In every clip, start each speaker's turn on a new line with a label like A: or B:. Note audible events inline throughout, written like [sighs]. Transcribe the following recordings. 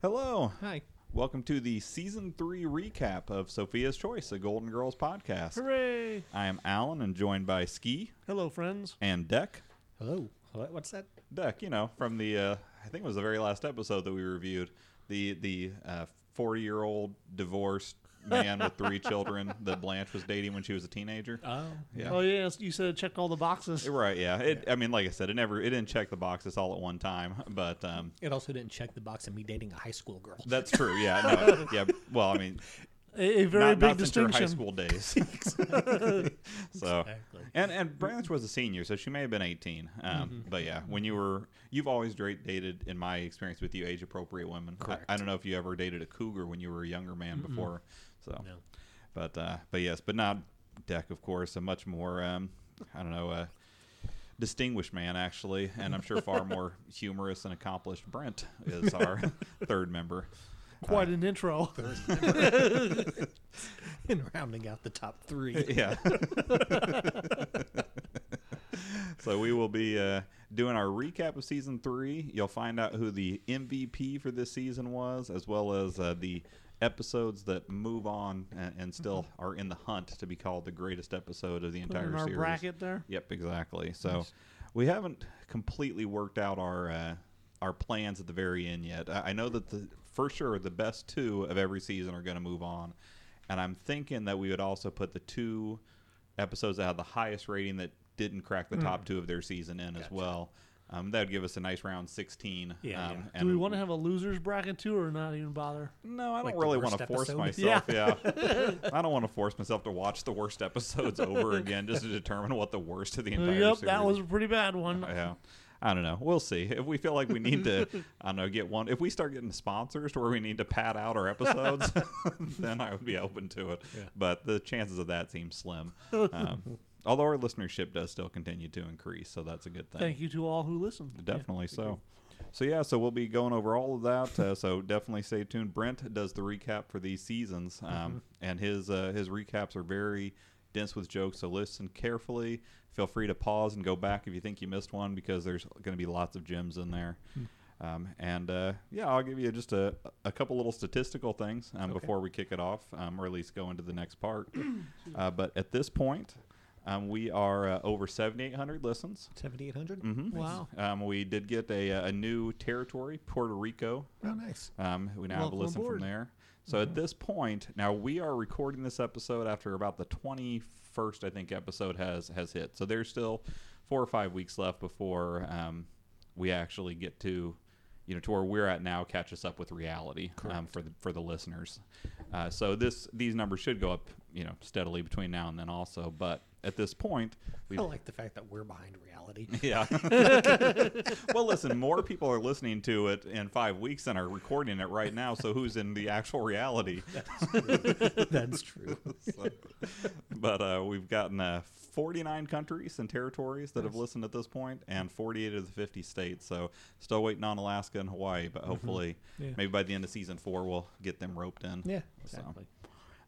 A: Hello.
B: Hi.
A: Welcome to the season three recap of Sophia's Choice, a Golden Girls podcast.
B: Hooray!
A: I am Alan and joined by Ski
B: Hello, friends.
A: and Deck.
C: Hello.
B: What's that?
A: Deck, you know, from the, uh, I think it was the very last episode that we reviewed, the the uh, 40 year old divorced man with
B: [laughs]
A: three children that Blanche was dating when she was a teenager.
C: Oh.
A: yeah.
B: Oh yeah, you said check all the boxes.
A: Right, yeah. It, I mean, like I said, it never it didn't check the boxes all at one time, but um,
C: It also didn't check the box of me dating a high school girl.
B: [laughs]
A: that's true. Yeah, no, yeah. Well, I mean,
B: A, a very
A: not,
B: big
A: not since your
B: distinction.
A: high school days.
B: [laughs]
A: [laughs] so,
C: Exactly. [laughs]
A: and and Branch was a senior, so she may have been eighteen. Um,
C: Mm-hmm.
A: But yeah, when you were, you've always dra- dated, in my experience with you, age appropriate women. I-
C: Correct.
A: I, don't know if you ever dated a cougar when you were a younger man before. So,
C: No.
A: but uh, but yes, but not Deck, of course, a much more um, I don't know. Uh, Distinguished man, actually, and I'm sure
C: [laughs]
A: far more humorous and accomplished. Brent is our third member.
B: Quite
A: [laughs]
B: an intro.
C: and rounding out the top
B: [laughs]
A: [laughs]
C: three.
A: Yeah. so we will be uh, doing our recap of season three. You'll find out who the MVP for this season was, as well as uh, the episodes that move on and, and still are in the hunt to be called the greatest episode of the
B: Mm-hmm. Put it
A: entire
B: in our
A: series.
B: bracket there.
A: Yep, exactly. So we haven't completely worked out our uh, our plans at the very end yet. I, I know that the for sure the best two of every season are going to move on, and I'm thinking that we would also put the two episodes that had the highest rating that didn't crack the top two of their season in as well. Um, that would give us a nice round sixteen.
C: Yeah,
A: um,
C: yeah.
A: And
B: Do we want to have a losers bracket too, or not even bother?
A: no, I don't
C: Like the
A: really
C: worst
A: want to force
C: episode?
A: myself. Yeah, I don't want to force myself to watch the worst episodes over again just to determine what the worst of the entire.
B: yep, that
A: series Uh-huh.
B: was a pretty bad one.
A: Uh, yeah. I don't know. We'll see. If we feel like we need to, [laughs] I don't know, get one. If we start getting sponsors to where we need to pad out our episodes, [laughs] then I would be open to it.
C: Yeah.
A: But the chances of that seem slim. Um, [laughs] although our listenership does still continue to increase, so that's a good thing.
B: Thank you to all who listened.
A: Definitely so. So yeah, so we'll be going over all of that. Uh, so definitely stay tuned. Brent does the recap for these seasons, um, and his uh, his recaps are very dense with jokes. So listen carefully. Feel free to pause and go back if you think you missed one, because there's going to be lots of gems in there. Um, and uh, yeah, I'll give you just a, a couple little statistical things um, before we kick it off, um, or at least go into the next part. uh, but at this point, um, we are uh, over 7,800 listens.
C: 7,800?
A: hmm
B: Wow.
A: um, we did get a, uh, a new territory, Puerto Rico.
C: Oh, nice.
A: Um, we now have a
B: Welcome
A: listen from
B: aboard.
A: there. So at this point, now we are recording this episode after about the 21st, I think, episode has has hit. So there's still four or five weeks left before um, we actually get to, you know, to where we're at now, catch us up with reality um, for the for the listeners. Uh, so this these numbers should go up, you know, steadily between now and then also. But at this point,
C: I
A: we
C: don't like the fact that we're behind
A: [laughs]
C: reality. [laughs]
A: yeah. well, listen, more people are listening to it in five weeks than are recording it right now. So who's in the actual reality?
C: That's true.
A: So- but uh, we've gotten uh, 49 countries and territories that have listened at this point, and 48 of the 50 states. So still waiting on Alaska and Hawaii, but hopefully,
B: Yeah.
A: maybe by the end of season four, we'll get them roped in.
C: Yeah,
A: So.
C: exactly.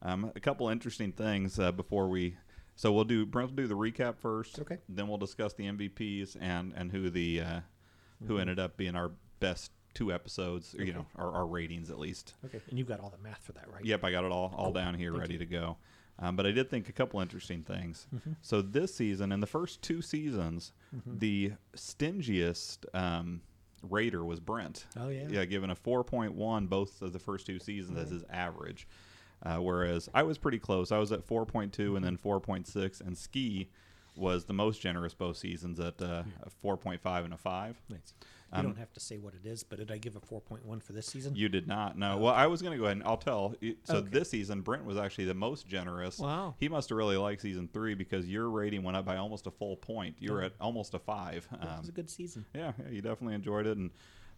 A: Um, a couple interesting things uh, before we. So we'll do Brent will do the recap first.
C: Okay.
A: Then we'll discuss the MVPs and and who the uh,
C: Mm-hmm.
A: who ended up being our best two episodes. Or, You know, our, our ratings at least.
C: Okay. And you've got all the math for that, right?
A: Yep, I got it all all down here, ready to go. Um, but I did think a couple interesting things.
C: Mm-hmm.
A: So this season, in the first two seasons, the stingiest um, raider was Brent.
C: Oh, yeah.
A: yeah, given a four point one both of the first two seasons as his average. Uh, whereas I was pretty close. I was at four point two and then
C: Mm-hmm.
A: four point six, and Ski was the most generous both seasons at uh, a four point five and a five.
C: Nice. You
A: Um,
C: don't have to say what it is, but did I give a 4.1 for this season?
A: You did not. No. Well, I was going to go ahead and I'll tell. It- So
C: Oh. Okay.
A: this season, Brent was actually the most generous.
B: Wow.
A: He must have really liked season three because your rating went up by almost a full point. You were at almost a five.
C: it was
A: Um,
C: a good season.
A: yeah, yeah, you definitely enjoyed it. And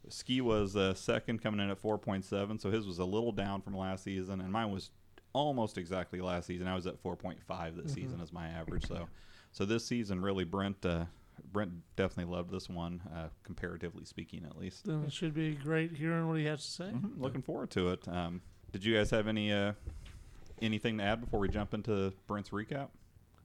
A: Ski was uh, second, coming in at 4.7. So his was a little down from last season. And mine was almost exactly last season. I was at 4.5 this
C: Mm-hmm.
A: season as my average. So so this season, really, Brent. Uh, Brent definitely loved this one, uh, comparatively speaking, at least.
B: Then it should be great hearing what he has to say.
A: Mhm, Looking forward to it. Um, did you guys have any uh, anything to add before we jump into Brent's recap?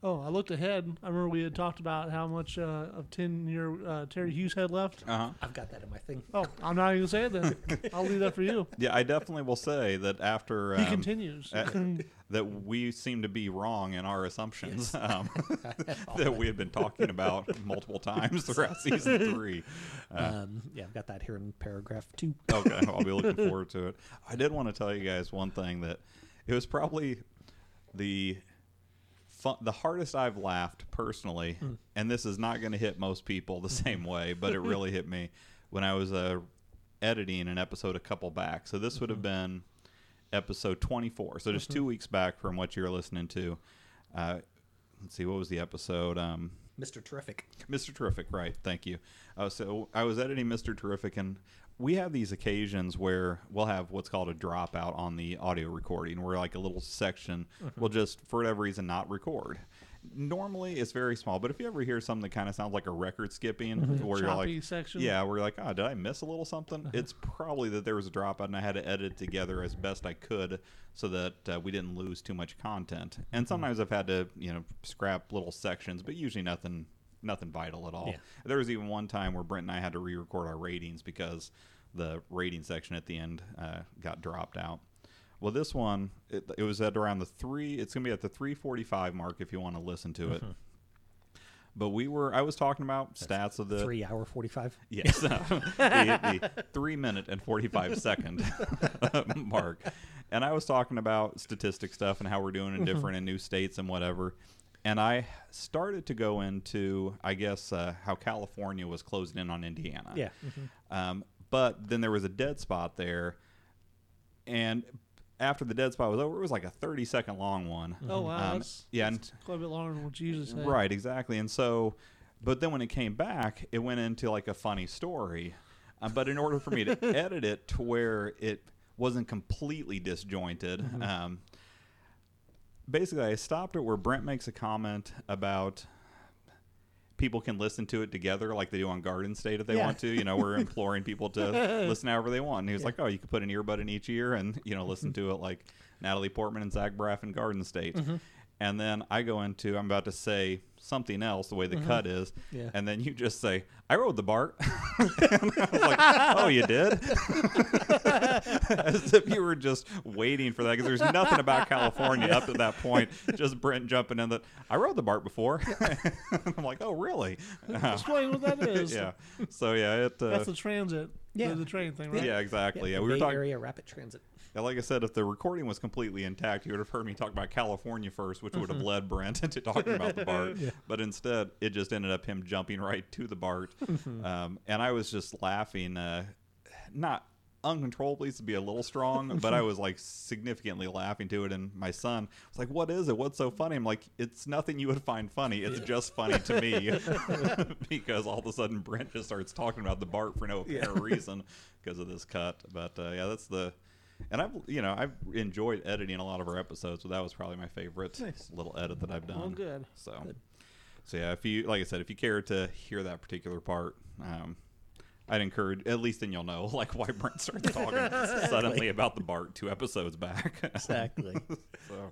B: Oh, I looked ahead. I remember we had talked about how much uh, of ten year uh, Terry Hughes had left.
A: Uh huh.
C: I've got that in my thing.
A: uh,
B: Oh, I'm not even saying that. I'll leave that for you.
A: Yeah, I definitely will say that after
B: He
A: [laughs] um,
B: continues.
A: uh, that we seem to be wrong in our assumptions um, [laughs] that we have been talking about multiple times throughout season three.
C: Um, yeah, I've got that here in paragraph two.
A: okay, I'll be looking forward to it. I did want to tell you guys one thing that it was probably the fun, the hardest I've laughed personally, and this is not going to hit most people the same way, but it really hit me when I was uh, editing an episode a couple back. So this would have been episode 24, so just two weeks back from what you're listening to. Uh, let's see, what was the episode? Um,
C: Mr. Terrific.
A: Mr. Terrific, right? Thank you. Uh, so I was editing Mr. Terrific, and we have these occasions where we'll have what's called a dropout on the audio recording, where like a little section
B: Mm-hmm.
A: will just, for whatever reason, not record. Normally, it's very small, but if you ever hear something that kind of sounds like a record skipping, where you're
B: Mm-hmm. Choppy
A: like,
B: section.
A: yeah, we're like, oh, did I miss a little something? It's probably that there was a dropout, and I had to edit it together as best I could so that uh, we didn't lose too much content. And sometimes I've had to, you know, scrap little sections, but usually nothing, nothing vital at all.
C: Yeah.
A: There was even one time where Brent and I had to re-record our ratings because the rating section at the end uh, got dropped out. Well, this one it, it was at around the three. It's gonna be at the three forty-five mark if you want to listen to it. But we were. I was talking about stats of the
C: Three hour 45.
A: Yes, [laughs] the, the three minute and forty five second [laughs] mark. And I was talking about statistic stuff and how we're doing
B: Mm-hmm.
A: in different and new states and whatever. And I started to go into, I guess, uh, how California was closing in on Indiana.
C: Yeah.
A: Um, but then there was a dead spot there, and after the dead spot was over, it was like a thirty second long one.
B: [laughs] Oh wow.
A: Um,
B: that's,
A: yeah,
B: that's quite a bit longer than what you usually say.
A: Right, exactly. And so, but then when it came back, it went into like a funny story. Uh, but in order for me
B: [laughs]
A: to edit it to where it wasn't completely disjointed,
B: Mm-hmm.
A: um, basically I stopped it where Brent makes a comment about people can listen to it together like they do on Garden State if they
C: Yeah.
A: want to. You know, we're imploring people
C: [laughs]
A: to listen however they want. And he was like, oh, you could put an earbud in each ear and, you know,
C: [laughs]
A: listen to it like Natalie Portman and Zach Braff in Garden State.
C: Mm-hmm.
A: And then I go into, I'm about to say something else the way the cut is.
C: Mm-hmm. Yeah.
A: And then you just say, I rode the BART. [laughs] and I was like, oh, you did? [laughs] As if you were just waiting for that because there's nothing about California up to that
C: [laughs]
A: point. Just Brent jumping in that I rode the BART before. [laughs] I'm like, oh,
C: [laughs]
A: really? Uh,
B: Explain what that [laughs] is.
A: yeah. [laughs] So yeah, it. Uh,
B: That's the transit.
C: Yeah.
B: The, the train thing,
A: [laughs]
B: right?
A: yeah, exactly. Yeah,
C: the
A: we were
C: Bay
A: talking.
C: Area Rapid Transit.
A: Yeah, Like I said, if the recording was completely intact, you would have heard me talk about California first, which would have led Brent [laughs] into talking about the BART. But instead, it just ended up him jumping right to the BART. um, and I was just laughing, uh, not uncontrollably, to be a little
B: [laughs]
A: strong, but I was like significantly laughing to it. And my son was like, What is it? What's so funny? I'm like, It's nothing you would find funny. It's just funny to
B: [laughs]
A: me. [laughs] because all of a sudden, Brent just starts talking about the BART for no apparent reason because of this cut. But uh, yeah, that's the. And I've you know I've enjoyed editing a lot of our episodes, so that was probably my favorite little edit that I've done.
B: Well, good.
A: So, so yeah, if you like I said, if you care to hear that particular part, um, I'd encourage at least then you'll know [laughs] like why Brent started
C: [laughs]
A: talking suddenly about the Bart two episodes back. [laughs]
C: Exactly. [laughs]
A: so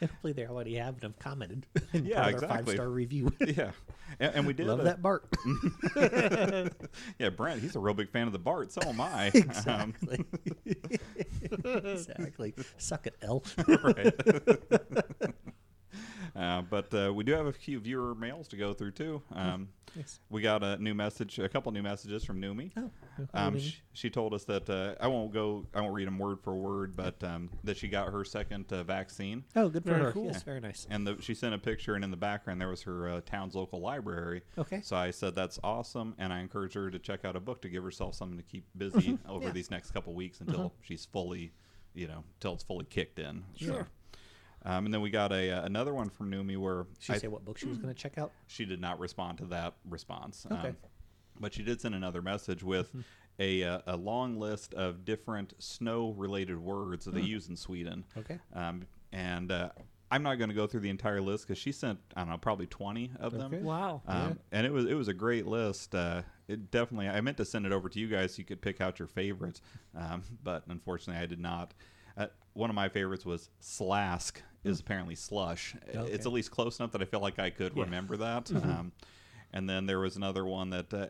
C: And Hopefully they already have and have commented. [laughs]
A: Yeah,
C: Five
A: exactly.
C: star review.
A: [laughs] yeah, and, and we did
C: Love
A: uh, [laughs]
C: that Bart.
A: Yeah, Brent, he's a real big fan of the Bart. So am
C: [laughs]
A: I. Um, [laughs]
C: exactly. exactly. Suck it, L. [laughs]
A: [laughs] Uh, but uh, we do have a few viewer mails to go through too.
C: Mm-hmm.
A: Um,
C: Yes.
A: We got a new message, a couple new messages from Numi.
C: Oh, hi,
A: um,
C: Numi.
A: she, she told us that uh, I won't go, I won't read them word for word, but um, that she got her second uh, vaccine,
C: Oh, good for
B: Very
C: her.
B: cool.
C: Yes, very nice.
A: and the, she sent a picture, and in the background there was her uh, town's local library.
C: Okay.
A: So I said that's awesome, and I encouraged her to check out a book to give herself something to keep busy over
C: Mm-hmm. Yeah. Uh-huh.
A: these next couple weeks until she's fully, you know, till it's fully kicked in. So,
C: Sure.
A: um, and then we got a uh, another one from Numi where
C: She
A: I-
C: say what book she was going to check out?
A: she did not respond to that response. Um,
C: Okay. Mm-hmm.
A: but she did send another message with a, uh, a long list of different snow related words that they use in Sweden.
C: Mm. Okay.
A: Um, and uh, I'm not going to go through the entire list because she sent, I don't know, probably 20 of them.
C: Okay.
B: Wow.
A: Um, And it was it was a great list. Uh, it definitely. I meant to send it over to you guys so you could pick out your favorites, um, but unfortunately I did not. Uh, one of my favorites was Slask is apparently slush.
C: Mm. Okay.
A: It's at least close enough that I feel like I could
C: Yeah. Mm-hmm.
A: remember that. Um, and then there was another one that uh,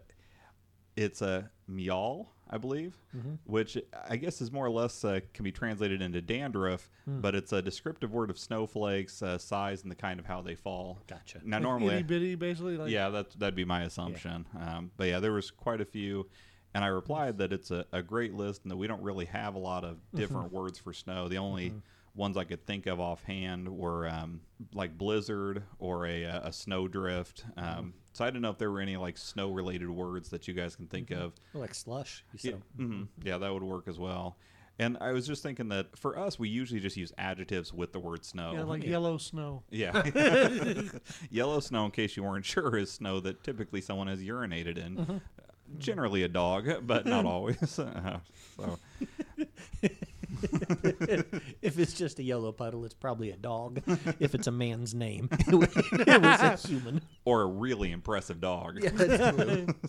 A: it's a meow, I believe,
C: Mm-hmm.
A: which I guess is more or less uh, can be translated into dandruff,
C: Hmm.
A: but it's a descriptive word of snowflakes, uh, size, and the kind of how they fall.
C: Gotcha.
A: Now,
B: Like
A: normally,
B: itty bitty, basically. Like,
A: yeah, that that'd be my assumption. Um, but yeah, there was quite a few, and I replied that it's a, a great list and that we don't really have a lot of different words for snow. The only ones I could think of offhand were um, like blizzard or a a a snow drift. Um, So I didn't know if there were any like snow related words that you guys can think of.
C: Well, like slush. You
A: Yeah,
C: said.
A: mhm. yeah, that would work as well. And I was just thinking that for us, we usually just use adjectives with the word snow.
B: Oh, Yeah, like yellow snow.
A: Yeah. [laughs] Yellow snow, in case you weren't [laughs] sure, is snow that typically someone has urinated in. Generally a dog, but not always. [laughs] Uh, so,
C: [laughs] If it's just a yellow puddle, it's probably
A: [laughs]
C: a dog. if it's a man's name, [laughs] it was a human.
A: or a really impressive dog.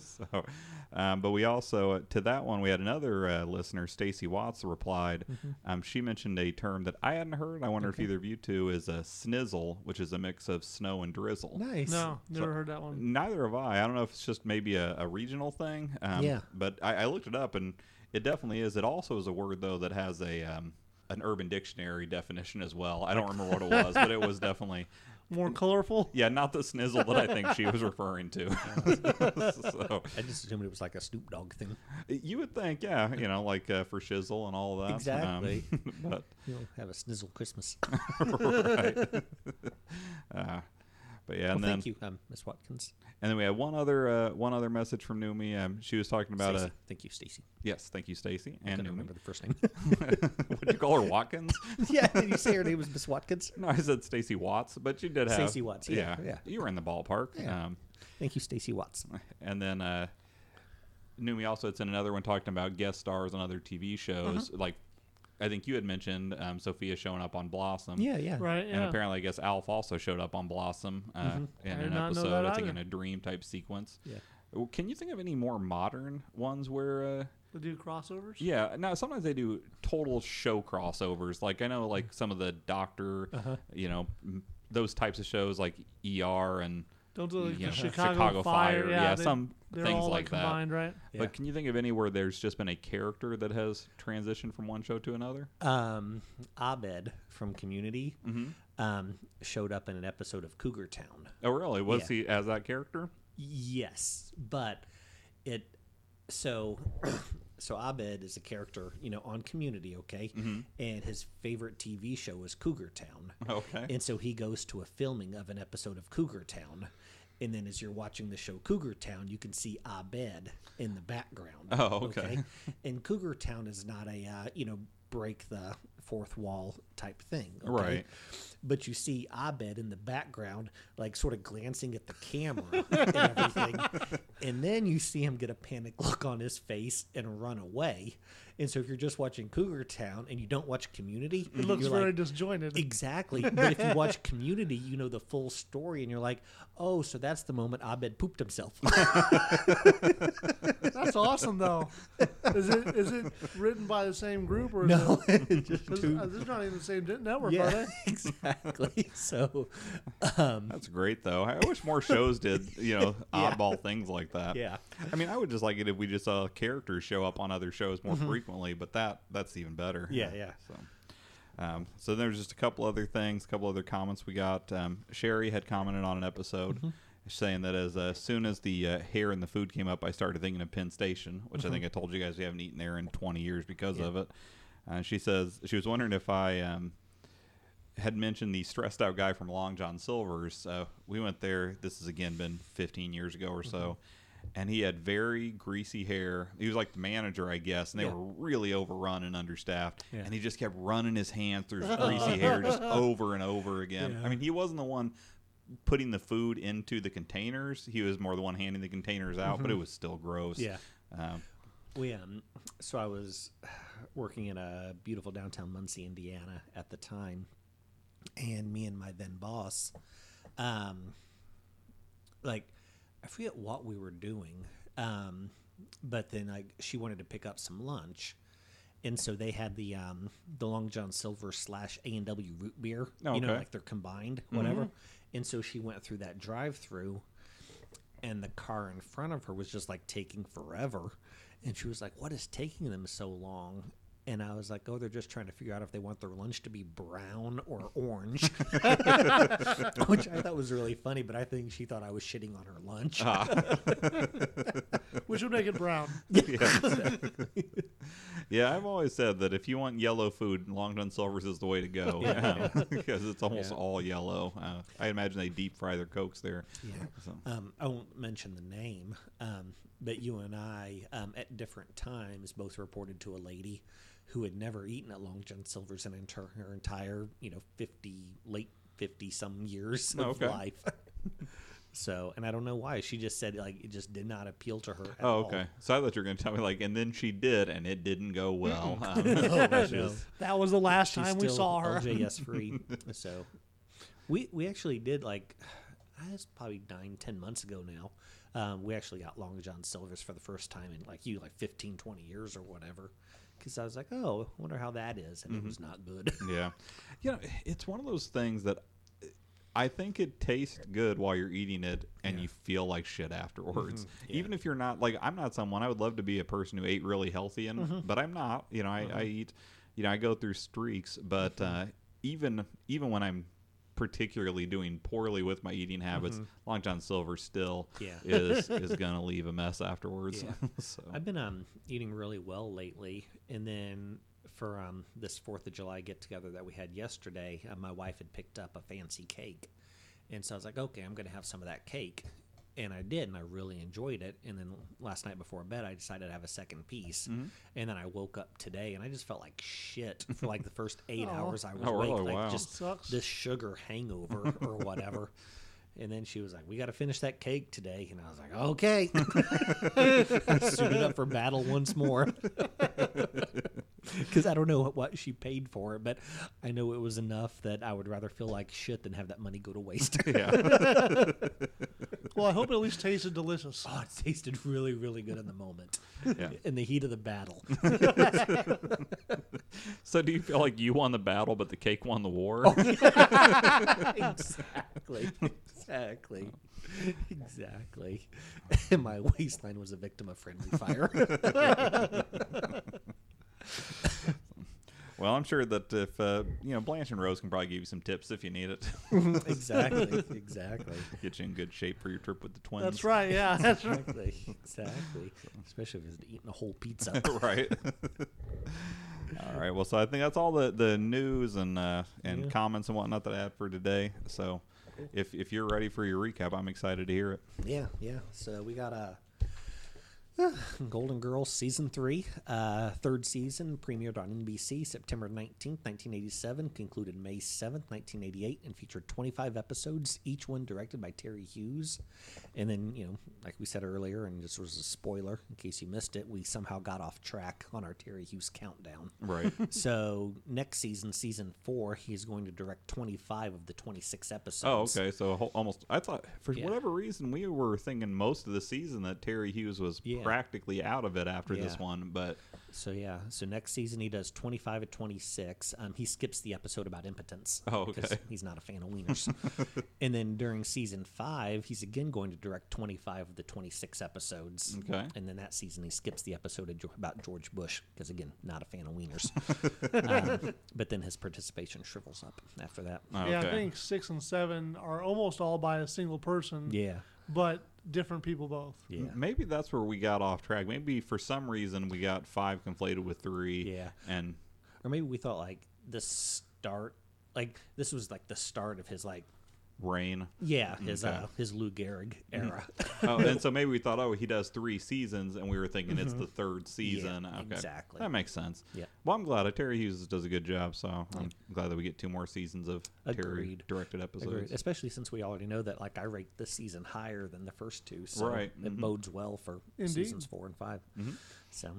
A: [laughs] so, um, but we also to that one we had another uh, listener, Stacy Watts, replied. Um, she mentioned a term that I hadn't heard. I wonder if either of you two is a snizzle, which is a mix of snow and drizzle.
C: Nice.
B: No, never heard that one.
A: Neither have I. I don't know if it's just maybe a, a regional thing. Um,
C: Yeah.
A: But I, I looked it up, and it definitely is. It also is a word though that has a um, an Urban Dictionary definition as well. I don't remember what it was, but it
C: [laughs]
A: was definitely
B: More colorful.
A: yeah, not the snizzle that I think she was referring to.
C: [laughs]
A: [laughs] so
C: I just assumed it was like a Snoop Dogg thing.
A: you would think, yeah, you know, like uh, for shizzle and all that. um,
C: Exactly.
A: [laughs] but
C: You know, have a snizzle Christmas. [laughs]
A: right. [laughs] uh, but yeah,
C: Well,
A: and then
C: thank you, um, Miss Watkins.
A: and then we had one other uh, one other message from Numi. Um, she was talking about a
C: Stacey. thank you, Stacy.
A: Yes, thank you, Stacy.
C: I
A: And
C: couldn't
A: Newman.
C: remember the first name.
A: [laughs] What'd you call her, Watkins? [laughs]
C: [laughs] yeah, did you say her name was Miss Watkins?
A: no, I said Stacy Watts, but you did have
C: Stacey Watts, yeah, yeah.
A: you were in the ballpark.
C: Yeah.
A: Um,
C: Thank you, Stacy Watts.
A: and then uh, Numi also had sent another one talking about guest stars on other TV shows.
C: Mm-hmm.
A: Like I think you had mentioned um, Sophia showing up on Blossom.
C: Yeah, yeah.
B: Right,
A: And
B: yeah.
A: apparently, I guess Alf also showed up on Blossom uh, in
C: Mm-hmm.
B: I did
A: an
B: not know
A: episode.
B: that
A: I think in
B: either.
A: a dream type sequence.
C: Yeah.
A: Well, Can you think of any more modern ones where? Uh,
B: They do crossovers.
A: Yeah. Now sometimes they do total show crossovers. Like I know,
C: Mm.
A: like some of the Doctor,
C: Uh-huh.
A: you know, m- those types of shows, like ER and
B: Don't do like
A: you know,
B: the Chicago, Fire. Yeah, they-
A: some
B: they're
A: things
B: all
A: like that.
B: combined, right?
C: Yeah.
A: But can you think of any where there's just been a character that has transitioned from one show to another?
C: Um, Abed from Community um, showed up in an episode of Cougar Town.
A: Oh, really? Was
C: Yeah.
A: he as that character?
C: Yes, but it so [clears throat] so Abed is a character, you know, on Community, okay, and his favorite TV show is Cougar Town.
A: Okay.
C: And so he goes to a filming of an episode of Cougar Town. And then as you're watching the show Cougar Town, you can see Abed in the background.
A: Oh, okay.
C: and Cougar Town is not a, uh, you know, break the fourth wall type thing. okay?
A: Right.
C: But you see Abed in the background, like sort of glancing at the camera
A: [laughs]
C: and everything. And then you see him get a panic look on his face and run away. And so if you're just watching Cougar Town and you don't watch Community,
B: It looks
C: you're
B: very
C: like,
B: disjointed. [laughs]
C: [laughs] Exactly. But if you watch Community, you know the full story, and you're like, oh, so that's the moment Abed pooped himself.
B: That's awesome, though. Is it is it written by the same group or is
C: no, [laughs]
B: it-
C: it's just
B: 'cause
C: two.
B: It's not even the same di- network, are
C: Yeah,
B: they?
C: [laughs] exactly. [laughs] So, um,
A: That's great, though. I wish more shows did, you know,
C: [laughs] Yeah.
A: oddball things like that.
C: Yeah.
A: I mean, I would just like it if we just saw characters show up on other shows more frequently, but that that's even better.
C: Mm-hmm. Yeah, yeah.
A: So, um, so there's just a couple other things, a couple other comments we got. Um, Sherry had commented on an episode
C: Mm-hmm.
A: saying that as uh, soon as the uh, hair and the food came up, I started thinking of Penn Station, which
C: Mm-hmm.
A: I think I told you guys we haven't eaten there in 20 years because of it. And she says she was wondering if I. Um, had mentioned the stressed out guy from Long John Silver's. Uh, we went there. This has again been 15 years ago or so,
C: Mm-hmm.
A: and he had very greasy hair. He was like the manager, I guess, and they
C: Yeah.
A: were really overrun and understaffed.
C: Yeah.
A: And he just kept running his hand through
C: [laughs]
A: his greasy hair just over and over again. I
C: Yeah.
A: mean, he wasn't the one putting the food into the containers. He was more the one handing the containers out, but it was still gross.
C: Mm-hmm. yeah.
A: Um,
C: We um, so I was working in a beautiful downtown Muncie, Indiana, at the time, and me and my then boss, um, like I forget what we were doing, um, but then like she wanted to pick up some lunch, and so they had the um, the Long John Silver slash A and W root beer.
A: Oh,
C: You know,
A: okay.
C: like they're combined, whatever. And so she went through that drive through, and the car in front of her was just like taking forever, and she was like, "What is taking them so long?" And I was like, "Oh, they're just trying to figure out if they want their lunch to be brown or orange," [laughs] which I thought was really funny. But I think she thought I was shitting on her lunch.
A: Uh-huh.
B: which would make it brown.
A: yeah. yeah, I've always said that if you want yellow food, Long John Silver's is the way to go
C: [laughs]
A: [laughs] because it's almost
C: Yeah.
A: all yellow. Uh, I imagine they deep fry their cokes there.
C: Yeah.
A: So,
C: um, I won't mention the name, um, but you and I, um, at different times, both reported to a lady who had never eaten at Long John Silver's in enter- her entire, you know, fifty late fifty some years of
A: Oh, okay.
C: life. [laughs] so, and I don't know why she just said like it just did not appeal to her. At
A: oh,
C: all.
A: okay. So I thought you were going to tell me like, and then she did, and it didn't go well. [laughs] Um,
B: [laughs]
C: [laughs] no.
A: which is-
B: That was the last
C: She's
B: time we
C: still
B: saw her. [laughs]
C: LJS free. so we we actually did like [sighs] that's probably nine ten months ago now. Um, we actually got Long John Silver's for the first time in like you like 15, 20 years or whatever. Because I was like, oh, I wonder how that is,
B: Mm-hmm.
C: and it was not good. [laughs]
A: Yeah. You know, it's one of those things that I think it tastes good while you're eating it and you feel like shit afterwards.
C: Mm-hmm.
A: Even if you're not like I'm not someone I would love to be a person who ate really healthy and
C: Mm-hmm.
A: but I'm not. You know, I, I eat you know, I go through streaks, but
C: Mm-hmm.
A: uh, even even when I'm particularly doing poorly with my eating habits, Long John Silver still
C: Mm-hmm. Yeah. [laughs]
A: is is gonna leave a mess afterwards.
C: Yeah.
A: [laughs] so
C: I've been um eating really well lately, and then for um this Fourth of July get together that we had yesterday, uh, my wife had picked up a fancy cake, and so I was like, okay, I'm gonna have some of that cake, and I did, and I really enjoyed it. And then last night before bed, I decided to have a second piece, and then I woke up today, and I just felt like shit for like the first eight
B: Aw.
C: hours I was
A: Oh,
C: awake,
A: really?
C: like
A: Wow.
C: just
B: Sucks.
C: this sugar hangover or whatever. And then she was like, "We got to finish that cake today," and I was like, "Okay." suited up for battle once more. [laughs] Because I don't know what, what she paid for it, but I know it was enough that I would rather feel like shit than have that money go to waste.
A: yeah.
B: Well, I hope it at least tasted delicious.
C: oh, it tasted really, really good in the moment,
A: yeah.
C: in the heat of the battle.
A: So do you feel like you won the battle but the cake won the war?
C: Oh, exactly. [laughs] Exactly. Exactly. [laughs] And my waistline was a victim of friendly fire. [laughs]
B: [laughs]
A: Well, I'm sure that if uh, you know Blanche and Rose can probably give you some tips if you need
B: [laughs]
A: it,
C: exactly. Exactly.
A: get you in good shape for your trip with the twins.
B: That's right. Yeah, that's right.
C: Exactly. Exactly. Especially if it's eating a whole pizza.
A: [laughs] [laughs] right. all right. Well, so I think that's all the the news and uh, and comments and whatnot that I had for today. So, if if you're ready for your recap, I'm excited to hear it.
C: Yeah, yeah. So we got a uh, Golden Girls season three, uh, third season, premiered on NBC September nineteenth, nineteen eighty-seven, concluded May seventh, nineteen eighty-eight, and featured twenty-five episodes, each one directed by Terry Hughes. And then, you know, like we said earlier, and this was a spoiler in case you missed it, we somehow got off track on our Terry Hughes countdown.
A: Right.
C: [laughs] so next season, season four, he's going to direct twenty-five of the twenty-six episodes.
A: Oh, okay. So a whole, almost, I thought for
C: Yeah.
A: whatever reason we were thinking most of the season that Terry Hughes was
C: Yeah.
A: practically out of it after this
C: Yeah.
A: one, but
C: So yeah, so next season he does twenty five at twenty six. Um, he skips the episode about impotence.
A: Oh,
C: because
A: okay.
C: He's not a fan
A: [laughs]
C: of wieners. and then during season five, he's again going to direct twenty five of the twenty six episodes.
A: Okay.
C: And then that season he skips the episode of, Jo- about George Bush because again, not a fan of wieners.
A: [laughs]
C: um, but then his participation shrivels up after that.
A: okay.
B: Yeah, I think six and seven are almost all by a single person.
C: Yeah.
B: but different people both.
C: Yeah.
A: M- Maybe that's where we got off track. Maybe for some reason we got five conflated with three.
C: Yeah.
A: And
C: Or maybe we thought like the start, like this was like the start of his like [laughs]
A: rain.
C: yeah his
A: Okay.
C: uh, his Lou Gehrig
A: [laughs]
C: era.
A: oh, and so maybe we thought, oh, he does three seasons, and we were thinking it's the third season. okay.
C: Mm-hmm. exactly.
A: That makes sense.
C: Yeah.
A: Well, I'm glad. uh, Terry Hughes does a good job, so I'm glad that we get two more seasons of Terry
C: Agreed.
A: directed episodes.
C: Agreed. Especially since we already know that, like, I rate this season higher than the first two, so
A: Right, Mm-hmm.
C: it bodes well for
B: Indeed.
C: seasons four and 5 So,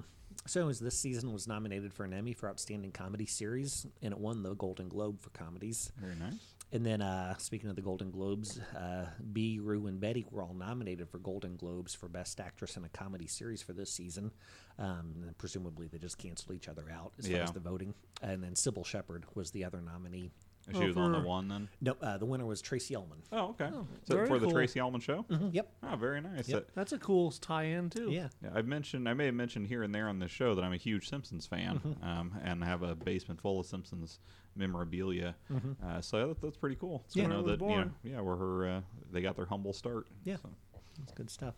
C: so anyways, this season was nominated for an Emmy for Outstanding Comedy Series, and it won the Golden Globe for comedies.
A: Very nice.
C: And then, uh, speaking of the Golden Globes, uh, B. Rue and Betty were all nominated for Golden Globes for Best Actress in a Comedy Series for this season. Um, and presumably, they just canceled each other out as far
A: Yeah.
C: as the voting. And then Sybil Shepherd was the other nominee.
A: And
C: Oh,
A: she was on the one then.
C: No, uh, the winner was Tracy Ullman.
A: Oh, okay. so
B: very
A: for the
B: cool.
A: Tracy Ullman show.
C: Mm-hmm, Yep.
A: Oh, very nice.
C: Mm. Yep.
A: Uh,
B: That's a cool tie-in too.
C: Yeah.
A: Yeah, I've mentioned, I may have mentioned here and there on this show that I'm a huge Simpsons fan,
B: Mm-hmm.
A: um, and have a basement full of Simpsons memorabilia. Uh, so that, that's pretty cool. So
B: Mm-hmm. Yeah.
A: I know
B: Where it
A: that
B: was
A: you know,
B: born.
A: yeah, where her uh, they got their humble start.
C: Yeah.
A: So,
C: That's good stuff.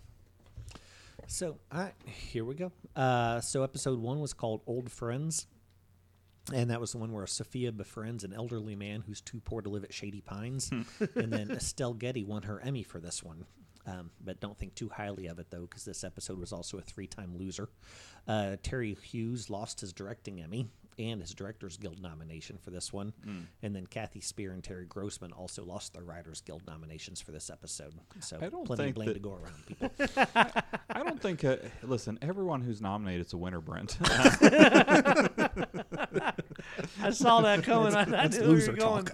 C: So, all right, here we go. Uh, so, episode one was called Old Friends. And that was the one where Sophia befriends an elderly man who's too poor to live at Shady Pines.
A: Hmm. [laughs]
C: and then Estelle Getty won her Emmy for this one. Um, but don't think too highly of it, though, because this episode was also a three time loser. Uh, Terry Hughes lost his directing Emmy and his Directors Guild nomination for this one.
A: Hmm.
C: And then Kathy Spear and Terry Grossman also lost their Writers Guild nominations for this episode. So,
A: I don't
C: plenty of
A: think
C: blame
A: that-
C: to go around, people.
A: I don't think. Uh, listen, everyone who's nominated is a winner,
B: [laughs]
A: Brent. [laughs]
B: I saw
C: [laughs]
B: that coming. I, I
C: that's
B: knew where you
C: loser
B: were going.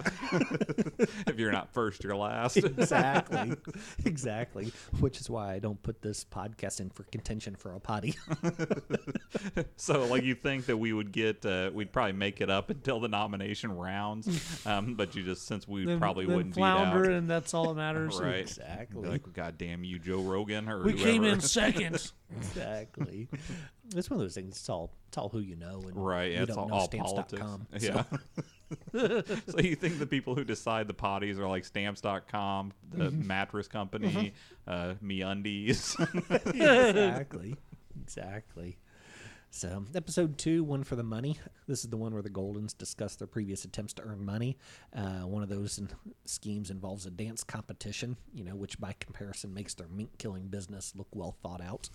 A: if you're not first, you're last.
C: exactly. exactly. Which is why I don't put this podcast in for contention for a [laughs] potty.
A: [laughs] so, like, you think that we would get, uh, we'd probably make it up until the nomination rounds, um, but you just since we
B: Mm. Then-
A: probably
B: then
A: wouldn't
B: flounder,
A: beat out.
B: and that's all that matters.
A: Right.
C: Exactly.
A: Like, God damn you, Joe Rogan, or
B: We
A: whoever.
B: came
A: [laughs]
B: in second.
C: Exactly. it's one of those things. It's all, it's all who you know. And
A: Right,
C: You
A: yeah, it's
C: don't
A: all,
C: know
A: all
C: stamps dot
A: politics.
C: com,
A: Yeah. [laughs] so you think the people who decide the potties are like stamps.com, the
C: Mm-hmm.
A: mattress company, uh, me undies.
C: exactly. Exactly. So, episode two, one for the money. This is the one where the Goldens discuss their previous attempts to earn money. Uh, one of those in, schemes involves a dance competition, you know, which by comparison makes their mink killing business look well thought out.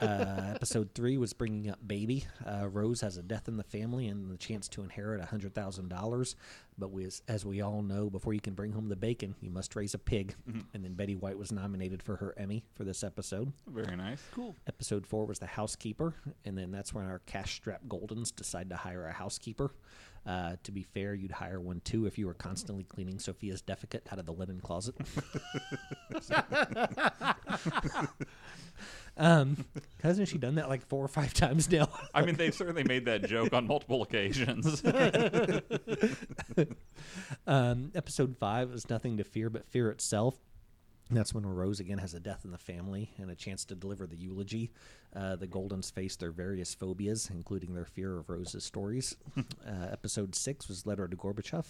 C: uh, episode three was bringing up baby. Uh, Rose has a death in the family and the chance to inherit a hundred thousand dollars. But we, as, as we all know, before you can bring home the bacon, you must raise a pig. And then Betty White was nominated for her Emmy for this episode.
A: [laughs] Very nice.
B: Cool.
C: Episode four was the housekeeper, and then that's when our cash-strapped Goldens decide to hire a housekeeper. Uh, to be fair, you'd hire one too if you were constantly cleaning Sophia's defecate out of the linen closet. [laughs] um, hasn't she done that like four or five times now?
A: I mean, they've certainly made that joke on multiple occasions. [laughs]
C: um, episode five is nothing to fear but fear itself. And that's when Rose again has a death in the family and a chance to deliver the eulogy. Uh, the Goldens face their various phobias, including their fear of Rose's stories. uh, episode six was Letter to Gorbachev.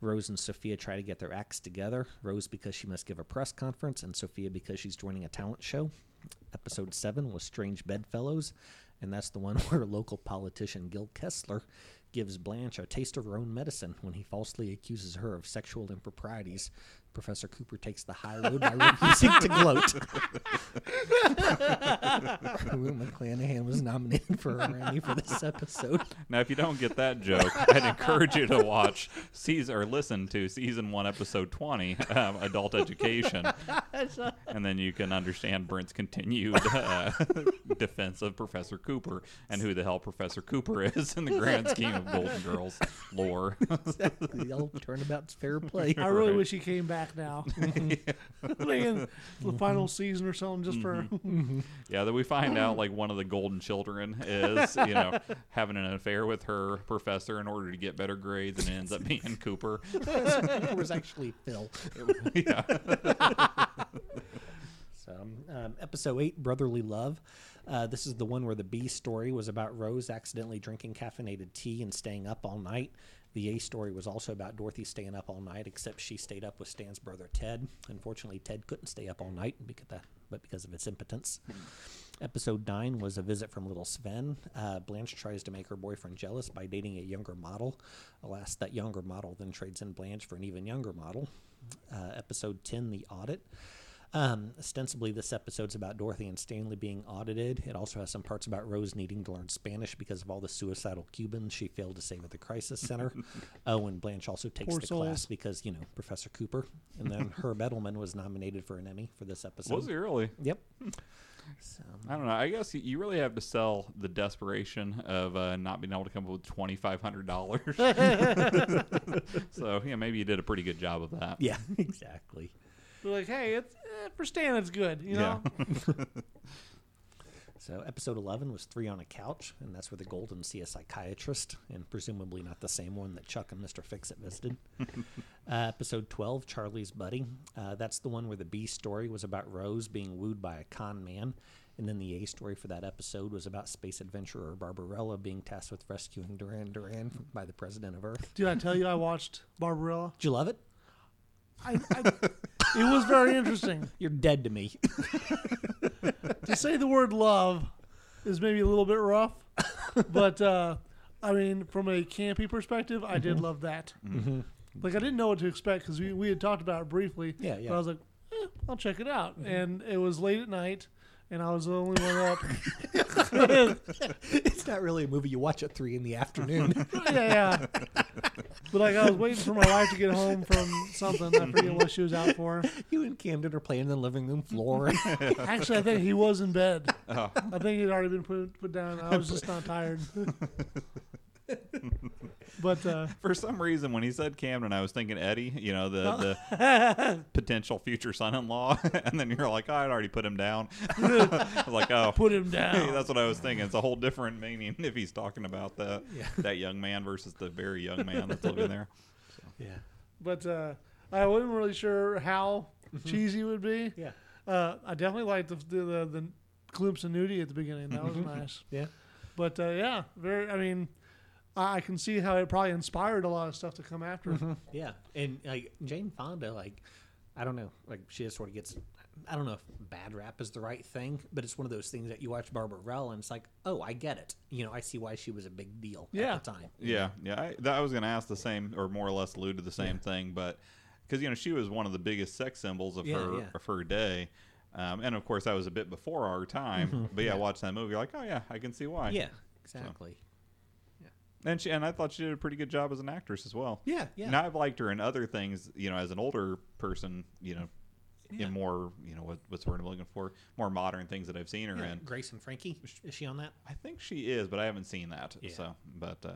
C: Rose and Sophia try to get their acts together. Rose because she must give a press conference, and Sophia because she's joining a talent show. Episode seven was Strange Bedfellows, and that's the one [laughs] where local politician Gil Kessler gives Blanche a taste of her own medicine when he falsely accuses her of sexual improprieties. Professor Cooper takes the high road by refusing to [laughs] gloat. Rue McClanahan was nominated for a Grammy for this episode. [laughs]
A: now, if you don't get that joke, I'd encourage you to watch season or listen to season one, episode 20, um, Adult Education, and then you can understand Brent's continued uh, [laughs] defense of Professor Cooper and who the hell Professor Cooper is in the grand scheme of Golden Girls lore. [laughs]
C: The old turnabout's fair play.
B: I really
A: Right.
B: wish he came back
A: [laughs]
B: now. [laughs] Man, the
A: Mm-hmm.
B: final season or something just for
A: Yeah, that we find out like one of the golden children is, you know, having an affair with her professor in order to get better grades and it ends up being Cooper. [laughs]
C: It was actually Phil.
A: yeah.
C: So, um, episode eight, Brotherly Love. Uh, this is the one where the B story was about Rose accidentally drinking caffeinated tea and staying up all night. The A story was also about Dorothy staying up all night, except she stayed up with Stan's brother Ted. Unfortunately, Ted couldn't stay up all night, because of- but because of its impotence. Episode 9 was a visit from little Sven. Uh, Blanche tries to make her boyfriend jealous by dating a younger model. Alas, that younger model then trades in Blanche for an even younger model. Uh, episode 10, The Audit. Um, ostensibly, this episode's about Dorothy and Stanley being audited. It also has some parts about Rose needing to learn Spanish because of all the suicidal Cubans she failed to save at the crisis center. oh, and Blanche also takes
B: Poor
C: the
B: souls.
C: class because, you know, Professor Cooper. And then Herb Edelman was nominated for an Emmy for this episode.
A: Was he really?
C: Yep. So,
A: I don't know. I guess you- you really have to sell the desperation of uh, not being able to come up with twenty five hundred dollars. [laughs] so yeah, maybe you did a pretty good job of that.
C: yeah, [laughs] exactly.
B: They're [laughs] like, hey, it's eh, for Stan, it's good. You know,
C: So episode 11 was three on a couch, and that's where the Golden see a psychiatrist, and presumably not the same one that Chuck and Mr. Fixit visited. uh, episode 12, Charlie's Buddy. Uh, that's the one where the B story was about Rose being wooed by a con man, and then the A story for that episode was about space adventurer Barbarella being tasked with rescuing Duran Duran by the President of Earth.
B: did I tell you I watched Barbarella?
C: Did you love it?
B: I, I, it was very interesting.
C: You're dead to me. [laughs]
B: to say the word love is maybe a little bit rough, but uh, I mean, from a campy perspective, I
C: Mm-hmm.
B: did love that. Mm-hmm. Like, I didn't know what to expect because we, we had talked about it briefly.
C: Yeah,
B: but
C: yeah. Mm-hmm.
B: I was like, eh, I'll check it out. And it was late at night, and I was the only one up. [laughs] yeah,
C: it's not really a movie you watch at three in
B: [laughs]
C: the afternoon.
B: yeah. But, like, I was waiting for my wife to get home from something. I forget what she was out for.
C: you and Camden are playing on the living room floor. [laughs]
B: Actually, I think he was
A: [laughs]
B: in bed.
A: Oh.
B: I think he'd already been put, put down. I was just not tired.
A: [laughs]
B: but uh,
A: For some reason, when he said Camden, I was thinking Eddie. You know the the potential future son-in-law, [laughs] and then you're like, oh, I'd already put him down. [laughs] I was like, oh.
B: put him
A: [laughs]
B: down.
A: Hey, that's what I was thinking. It's a whole different meaning [laughs] if he's talking about that that young man versus the very young man that's living there.
C: yeah.
B: but uh, I wasn't really sure how
A: Mm-hmm.
B: cheesy it would be.
C: Yeah.
B: Uh, I definitely liked the the, the, the glimpse of nudity at the beginning. That was
A: Mm-hmm.
B: nice.
C: Yeah.
B: But uh, yeah, very. I mean, I, I can see how it probably inspired a lot of stuff to come after.
A: Mm-hmm.
C: Yeah, and like Jane Fonda, like I don't know, like she just sort of gets. I don't know if bad rap is the right thing, but it's one of those things that you watch Barbarella and it's like, oh, I get it. You know, I see why she was a big deal
B: Yeah.
C: at the time.
A: Yeah, yeah. I, that, I was going to ask the same, or more or less allude to the same thing, but because you know she was one of the biggest sex symbols of
C: Yeah,
A: her
C: yeah.
A: of her day, um, and of course that was a bit before our time. But yeah, watching that movie, you're like, oh yeah, I can see why.
C: Mm-hmm. Yeah, exactly.
A: and she and I thought she did a pretty good job as an actress as well.
C: Yeah, yeah.
A: And I've liked her in other things, you know, as an older person, you know,
C: Yeah.
A: in more, you know, what what's the word I'm looking for, more modern things that I've seen her
C: Yeah,
A: in.
C: Grace and Frankie, is she on that?
A: I think she is, but I haven't seen that.
C: Yeah.
A: So, but uh,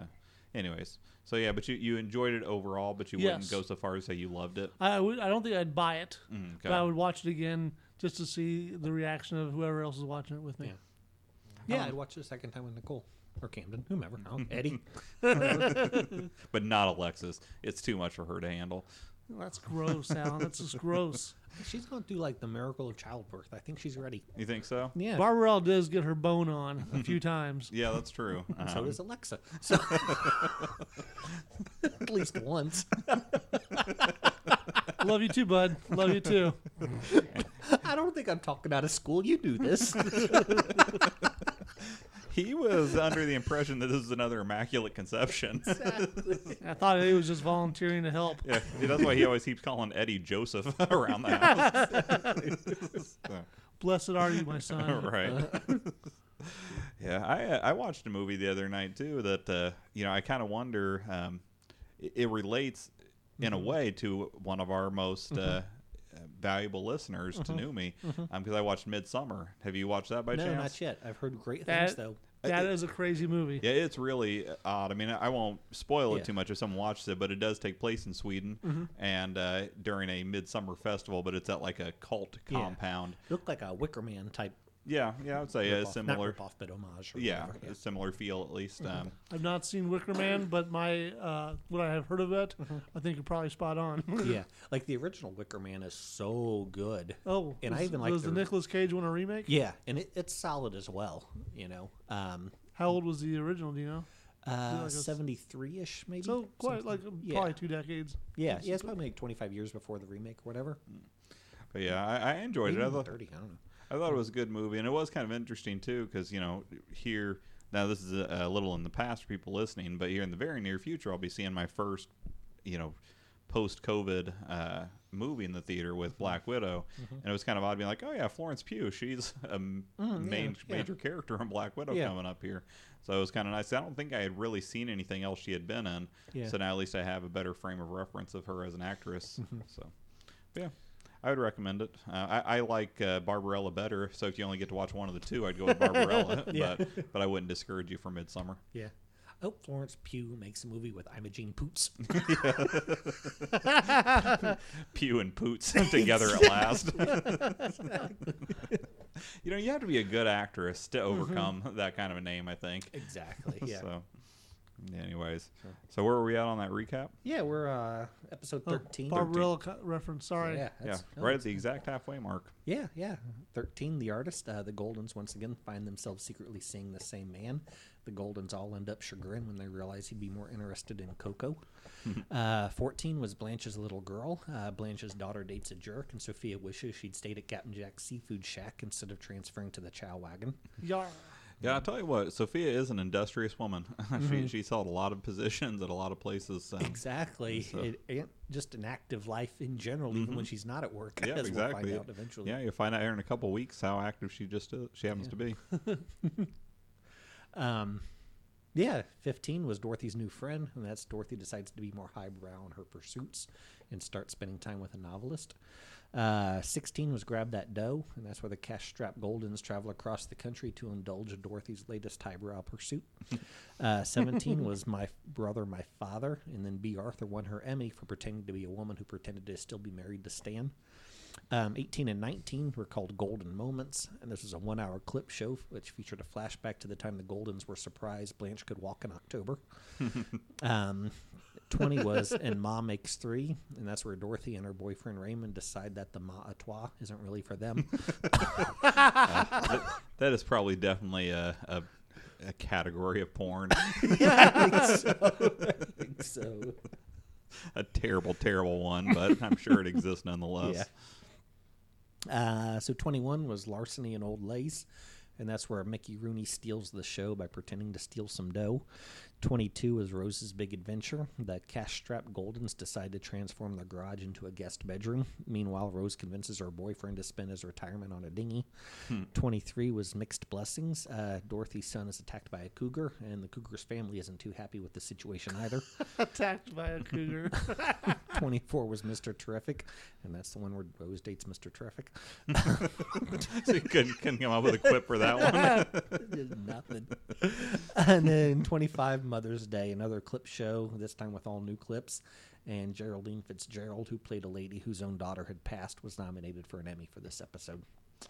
A: anyways, so yeah, but you, you enjoyed it overall, but you
B: Yes.
A: wouldn't go so far as say you loved it.
B: I, I would. I don't think I'd buy it,
A: Mm,
B: but I would watch it again just to see the reaction of whoever else is watching it with me. Um,
C: Yeah. Yeah, I'd watch Oh, it a second time with Nicole or Camden, whomever. Oh,
A: [laughs]
C: Eddie.
A: but not Alexis. It's too much for her to handle.
B: That's gross, Alan. That's just gross.
C: She's going through like the miracle of childbirth. I think she's ready.
A: You think so?
C: [laughs] Yeah.
B: Barbarella does get her bone on a few times.
A: Yeah, that's true.
C: and [laughs] so
A: Um,
C: does Alexa. So [laughs] at least once.
B: Love you too, bud. Love you
C: [laughs]
B: too.
C: I don't think I'm talking out of school. You do
B: [laughs]
C: this.
A: he was under the impression that this is another immaculate conception.
C: [laughs]
B: I thought he was just volunteering to help.
A: yeah, that's why he always keeps calling Eddie Joseph [laughs] around the house.
C: [laughs]
A: So.
B: Blessed are you, my son.
A: right. [laughs] yeah, I uh, I watched a movie the other night too that uh, you know I kind of wonder um, it, it relates in
C: Mm-hmm.
A: a way to one of our most uh, uh, valuable listeners to new me because I watched Midsummer. Have you watched that by
C: Mm-hmm. no,
A: chance?
C: not yet. I've heard great
B: That,
C: things though.
B: that is a crazy movie.
A: Yeah, it's really uh, odd. I mean, I won't spoil it
C: Yeah. Mm-hmm.
A: too much if someone watches it, but it does take place in Sweden and uh, during a midsummer festival. But it's at like a cult
C: Yeah.
A: compound.
C: Looked like a Wicker Man type.
A: Yeah, yeah, I would say a
C: ripoff. Not
A: similar.
C: ripoff, but homage. Or
A: Yeah,
C: whatever. Mm-hmm.
A: a similar feel at least. Um,
B: I've not seen Wicker Man, but my uh, what I have heard of it,
C: Uh-huh.
B: I think you're probably spot on.
C: [laughs] yeah. Yeah. Like the original Wicker Man is so good.
B: oh,
C: And I
B: was-
C: even like
B: was the
C: the-
B: Nicolas Cage one a remake?
C: Yeah, and it, it's solid as well. You know, um,
B: How old was the original? Do you know?
C: uh,
B: like a s-
C: seventy-three ish maybe.
B: So quite like um,
C: yeah.
B: probably two decades.
C: yeah, yeah, it's probably like twenty-five years before the remake or whatever.
A: But yeah, I, I enjoyed
C: Maybe
A: it. I
C: even
A: thought,
C: thirty. I don't know.
A: I thought it was a good movie, and it was kind of interesting too, because you know here now this is a, a little in the past for people listening, but here in the very near future, I'll be seeing my first, you know, post-COVID uh, movie in the theater with
C: Mm-hmm.
A: Black Widow, and it was kind of odd being like, oh yeah, Florence Pugh, she's a m- main
C: Mm-hmm. yeah.
A: major character in Black Widow
C: Yeah.
A: coming up here. So it was kind of nice. I don't think I had really seen anything else she had been in,
C: Yeah. [laughs] Mm-hmm.
A: so now at least I have a better frame of reference of her as an actress. So, but yeah. I would recommend it. Uh, I, I like uh, Barbarella better, so if you only get to watch one of the two, I'd go with Barbarella.
C: [laughs] Yeah.
A: But but I wouldn't discourage you from
C: [laughs]
A: Midsummer.
C: Yeah. I hope Oh, Florence Pugh makes a movie with Imogene
A: [laughs]
C: Poots.
A: Pew and Poots
C: [laughs]
A: together at last. [laughs] you know, you have to be a good actress to overcome that kind of a name. I think.
C: exactly. Mm-hmm. Yeah.
A: So, anyways, so where were we at on that recap?
C: Yeah, we're uh episode thirteen.
B: Barbarella co- Oh, reference. Sorry.
C: Yeah,
A: Oh, Yeah,
C: that's- no,
A: right at the exact halfway mark.
C: Yeah, yeah. 13, the artist. Uh, the Goldens once again find themselves secretly seeing the same man. The Goldens all end up chagrined when they realize he'd be more interested in Coco.
A: Hmm.
C: uh, 14 was Blanche's little girl. Uh, Blanche's daughter dates a jerk, and Sophia wishes she'd stayed at Captain Jack's seafood shack instead of transferring to the chow wagon.
B: Yar.
A: Yeah, I'll tell you what, Sophia is an industrious woman. [laughs] she, she's held a lot of positions at a lot of places. um,
C: Exactly. It, and just an active life in general, even when she's not at work,
A: Mm-hmm. Yeah,
C: as
A: exactly.
C: we'll find out eventually.
A: Yeah, you'll find out here in a couple weeks how active she just is, she happens to be.
C: Um, yeah, 15 was Dorothy's new friend, and that's Dorothy decides to be more highbrow in her pursuits and start spending time with a novelist. Uh, 16 was Grab That Dough, and that's where the cash strapped Goldens travel across the country to indulge in Dorothy's latest highbrow pursuit. Uh, 17 was My Brother, My Father, and then B. Arthur won her Emmy for pretending to be a woman who pretended to still be married to Stan. Um, 18 and 19 were called Golden Moments, and this was a one hour clip show which featured a flashback to the time the Goldens were surprised Blanche could walk in October. um, 20 was And Ma Makes Three, and that's where Dorothy and her boyfriend Raymond decide that the Ma a Trois isn't really for them. [laughs]
A: That- that is probably definitely a, a, a category of porn. [laughs]
C: yeah, I think so. I think so.
A: a terrible, terrible one, but I'm sure it exists nonetheless.
C: Yeah. Uh, so 21 was Larceny and Old Lace, and that's where Mickey Rooney steals the show by pretending to steal some dough. 22 is Rose's Big Adventure. The cash strapped Goldens decide to transform their garage into a guest bedroom. Meanwhile, Rose convinces her boyfriend to spend his retirement on a dinghy. 23 was Mixed Blessings. Uh, Dorothy's son is attacked by a cougar, and the cougar's family isn't too happy with the situation either.
B: [laughs] Attacked by a
C: [laughs]
B: cougar.
C: 24 was Mr. Terrific, and that's the one where Rose dates Mr. Terrific.
A: [laughs] so you couldn't, couldn't come up with a quip for that one.
C: Did nothing. and then 25 Mother's Day, another clip show, this time with all new clips. And Geraldine Fitzgerald, who played a lady whose own daughter had passed, was nominated for an Emmy for this episode.
A: I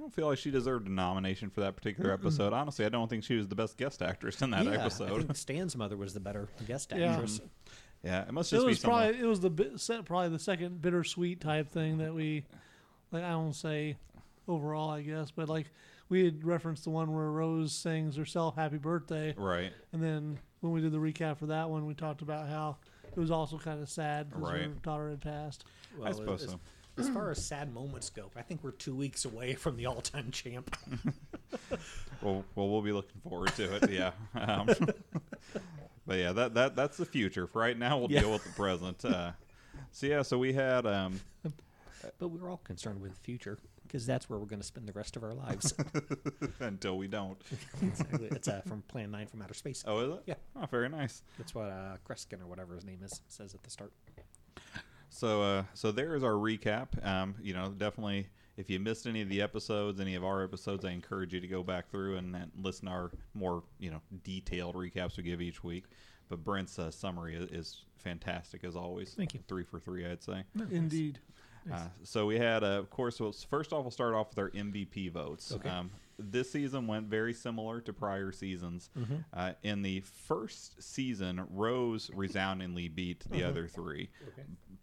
A: don't feel like she deserved a nomination for that particular episode. Honestly, I don't think she was the best guest actress in that
C: Yeah, I
A: episode. Mm,
C: think Stan's mother was the better guest
B: Yeah.
C: actress.
A: [laughs] Yeah, it must
B: it
A: just be
B: was
A: someone.
B: probably it was the bi- se- probably the second bittersweet type thing that we like. I won't say overall, I guess, but like we had referenced the one where Rose sings herself "Happy Birthday,"
A: Right.
B: and then when we did the recap for that one, we talked about how it was also kind of sad because her
A: Right.
B: daughter had passed.
C: Well,
A: I suppose
C: as,
A: so.
C: As far as sad moments go, I think we're two weeks away from the all-time champ.
A: Well, well, we'll be looking forward to it.
C: [laughs]
A: Yeah. Um, [laughs] but yeah, that that that's the future. For right now, we'll
C: Yeah.
A: deal with the present. Uh, so yeah, so we had um, [laughs]
C: But we're all concerned with the future because that's where we're going to spend the rest of
A: [laughs]
C: our lives.
A: until we don't.
C: exactly. It's uh, from Plan 9 from Outer Space.
A: Oh, is it?
C: Yeah.
A: Oh, very nice.
C: That's what uh, Kreskin or whatever his name is says at the start.
A: So uh, so there is our recap. Um, you know, definitely if you missed any of the episodes, any of our episodes, I encourage you to go back through and, and listen to our more you know detailed recaps we give each week. But Brent's uh, summary is, is fantastic as always.
C: Thank you.
A: Three for three, I'd say.
B: Indeed,
A: Uh, so we had, uh, of course, well, s- first off, we'll start off with our MVP votes.
C: Okay.
A: Um, this season went very similar to prior seasons. Uh, in the first season, Rose resoundingly beat the other three.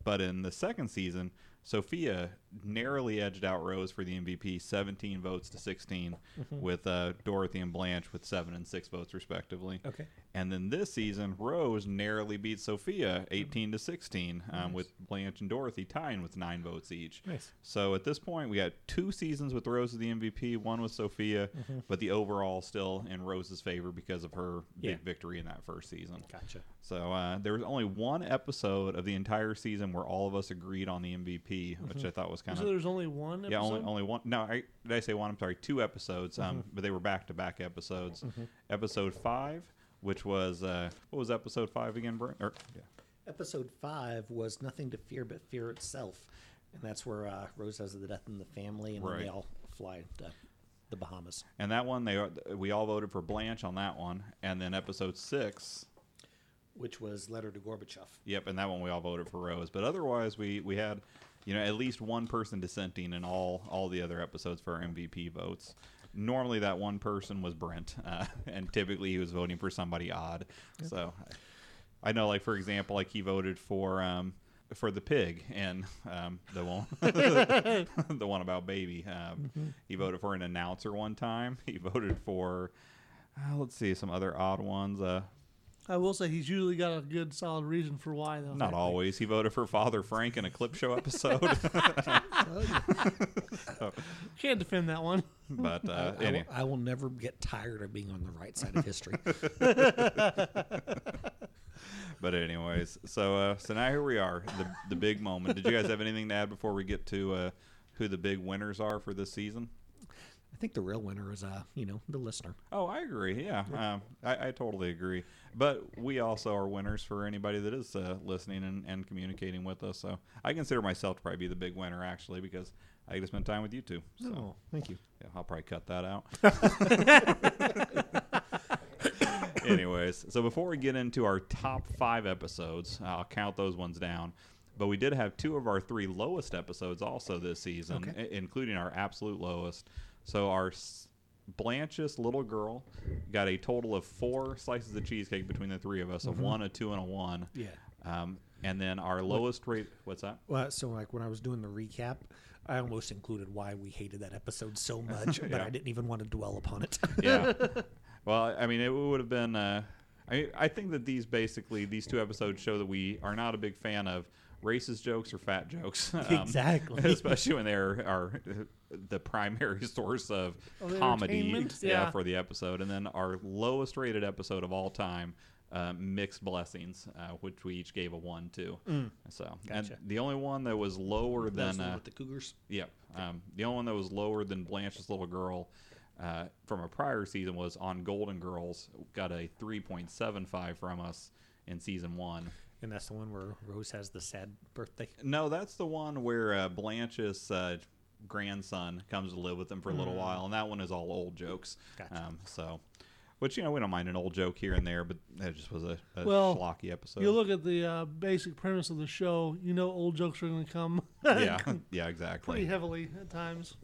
A: But in the second season, Sophia narrowly edged out Rose for the MVP, 17 votes to 16, with uh, Dorothy and Blanche with 7 and 6 votes, respectively.
C: Okay.
A: And then this season, Rose narrowly beat Sophia 18 to 16, um, with Blanche and Dorothy tying with nine votes each.
C: Nice.
A: So at this point, we got two seasons with Rose as the MVP, one with Sophia,
C: Mm-hmm.
A: but the overall still in Rose's favor because of her
C: Yeah.
A: big victory in that first season.
C: Gotcha.
A: So uh, there was only one episode of the entire season where all of us agreed on the MVP,
C: Mm-hmm.
A: which I thought was kind
B: so
A: of
B: there's only one. Episode?
A: yeah, only only one. No, I, did I say one? I'm sorry, two episodes. Um, but they were back to back episodes. Episode five, which was uh, what was episode five again, Brent? Or, yeah.
C: Episode five was Nothing to Fear But Fear Itself. and that's where uh, Rose has the death in the family, and then
A: Right.
C: they all fly to the Bahamas.
A: And that one, they we all voted for Blanche on that one. And then episode six,
C: which was Letter to Gorbachev.
A: Yep, and that one we all voted for Rose. But otherwise, we we had you know at least one person dissenting in all all the other episodes for our MVP votes. Normally, that one person was Brent, uh, [laughs] and typically he was voting for somebody odd. So I know, like for example, like he voted for um for the pig and um the one [laughs] the one about baby. Um, He voted for an announcer one time. He [laughs] voted for. Uh, let's see some other odd ones. Uh,
B: I will say he's usually got a good solid reason for why though.
A: not always. He voted for Father Frank in a clip show [laughs] episode,
B: Can't defend that one.
A: but uh,
C: I, will,
A: any-
C: I will never get tired of being on the right side
A: [laughs]
C: of history.
A: but anyways, so uh, so now here we are, the the big moment. Did you guys have anything to add before we get to uh, who the big winners are for this season?
C: I think the real winner is, uh, you know, the listener.
A: Oh, I agree. Yeah, um, I, I totally agree. But we also are winners for anybody that is uh, listening and, and communicating with us. So I consider myself to probably be the big winner actually because I get to spend time with Oh, you two. So.
C: thank you.
A: Yeah, I'll probably cut that out.
C: [laughs]
A: [laughs] Anyways, so before we get into our top five episodes, I'll count those ones down. But we did have two of our three lowest episodes also this season,
C: Okay.
A: i- including our absolute lowest. So our s- Blanche's little girl got a total of four slices of cheesecake between the three of us a one, a two, and a one.
C: Mm-hmm. Yeah.
A: Um, and then our lowest rate. What's that?
C: Well, so like when I was doing the recap, I almost included why we hated that
A: [laughs]
C: episode so much, but I didn't even want to dwell upon it. [laughs]
B: [laughs]
A: yeah. Well, I mean, it would have been. Uh, I I think that these basically these two episodes show that we are not a big fan of racist jokes or fat
B: [laughs]
A: jokes. Um,
C: Exactly.
A: [laughs] Especially when they are, are the primary [laughs] source of
B: Of
A: comedy
B: entertainment?
A: yeah,
B: Yeah.
A: for the episode. And then our lowest rated episode of all time, uh, Mixed Blessings, uh, which we each gave a 1 to.
B: Mm.
A: So, and
C: Gotcha.
A: the only one that was lower
C: That was
A: than.
C: the one
A: uh,
C: with the Cougars.
A: Yep. Um, the only one that was lower than Blanche's Little Girl uh, from a prior season was on Golden Girls. Got a 3.75 from us in season one.
C: And that's the one where Rose has the sad birthday.
A: No, that's the one where uh, Blanche's uh, grandson comes to live with them for a little while, and that one is all old jokes.
C: Gotcha.
A: Um, so, which you know we don't mind an old joke here and there, but that just was a, a
B: Well,
A: schlocky episode.
B: You look at the uh, basic premise of the show. You know, old jokes are going to come [laughs]
A: yeah, [laughs] yeah, exactly.
B: pretty heavily at times.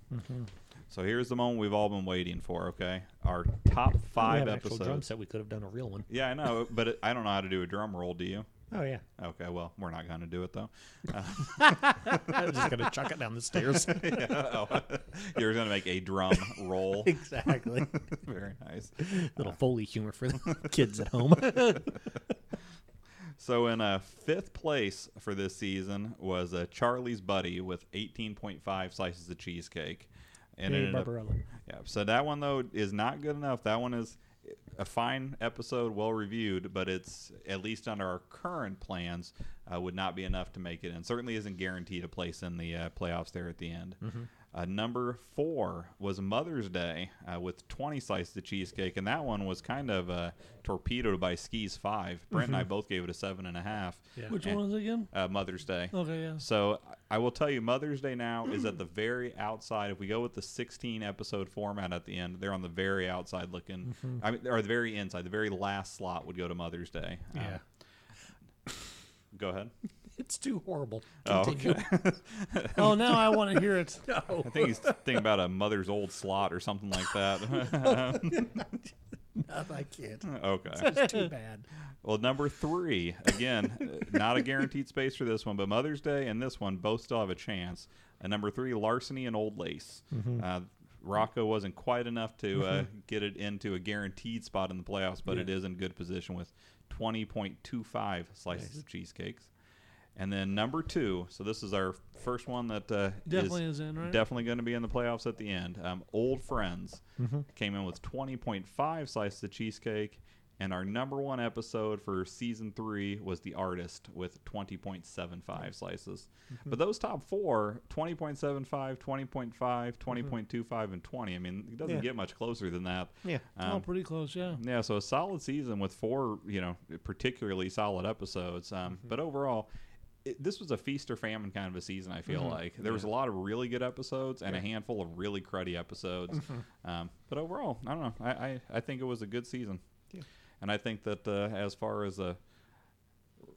A: So here's the moment we've all been waiting for. Okay, our top five
C: we have Actual drum
A: episodes.
C: set. We could have done a real one.
A: Yeah, I know, but it, I don't know how to do a drum roll. Do you?
C: Oh [laughs] yeah,
A: Okay, well, we're not going to do it though. [laughs]
C: I was just gonna chuck it down the
A: [laughs]
C: stairs.
A: Yeah, oh. You're going to make a drum roll.
C: exactly.
A: [laughs] Very nice.
C: [laughs] Little foley humor for
A: [laughs]
C: the kids at home.
A: So, in uh, fifth place for this season was uh, Charlie's Buddy with 18.5 slices of cheesecake. And it
C: Hey,
A: ended up-
C: Barbarella.
A: yeah, so that one though is not good enough. That one is a fine episode, well reviewed, but it's at least under our current plans uh, would not be enough to make it, and certainly isn't guaranteed a place in the uh, playoffs there at the end.
B: Mm-hmm.
A: Uh, number four was Mother's Day uh, with 20 slices of cheesecake, and that one was kind of uh, torpedoed by Skis Five. Brent and I both gave it a seven and a half.
C: Yeah.
B: Mm-hmm. Which
A: And-
B: one is it again?
A: Uh, Mother's Day.
B: Okay, yeah.
A: [laughs] So I will tell you, Mother's Day now is at the very outside. If we go with the 16 episode format at the end, they're on the very outside looking. I mean, or the very inside. The very last slot would go to Mother's Day. Uh,
C: Yeah.
A: go ahead.
C: Um, It's too horrible.
A: Oh,
C: Continue. [laughs]
B: Oh, now I want to hear
A: [laughs]
B: it.
A: I think he's thinking about a mother's old slot or something like that. [laughs]
C: No, I can't.
A: okay.
C: It's too
A: [laughs]
C: bad.
A: Well, number three again, uh, not a guaranteed space for this one, but Mother's Day and this one both still have a chance. And number three, larceny and old lace.
B: Mm-hmm.
A: Uh, Rocco wasn't quite enough to uh, get it into a guaranteed spot in the playoffs, but it is in good position with 20.25 slices of cheesecakes. And then number two, so this is our first one that uh,
B: Definitely is in, right?
A: Definitely going to be in the playoffs at the end. Um, old friends came in with 20.5 slices of cheesecake, and our number one episode for season three was the artist with 20.75 slices. But those top four 20.75, 20.5, 20.25, and 20. I mean, it doesn't
C: Yeah.
A: get much closer than that.
C: Yeah.
B: oh,
A: Um,
B: pretty close, yeah.
A: yeah, so a solid season with four, you know, particularly solid episodes. Um, But overall, it- this was a feast or famine kind of a season. I feel like there was a lot of really good episodes and a handful of really cruddy episodes. Um, but overall, I don't know. I, I I think it was a good season,
C: Yeah.
A: and I think that uh, as far as uh,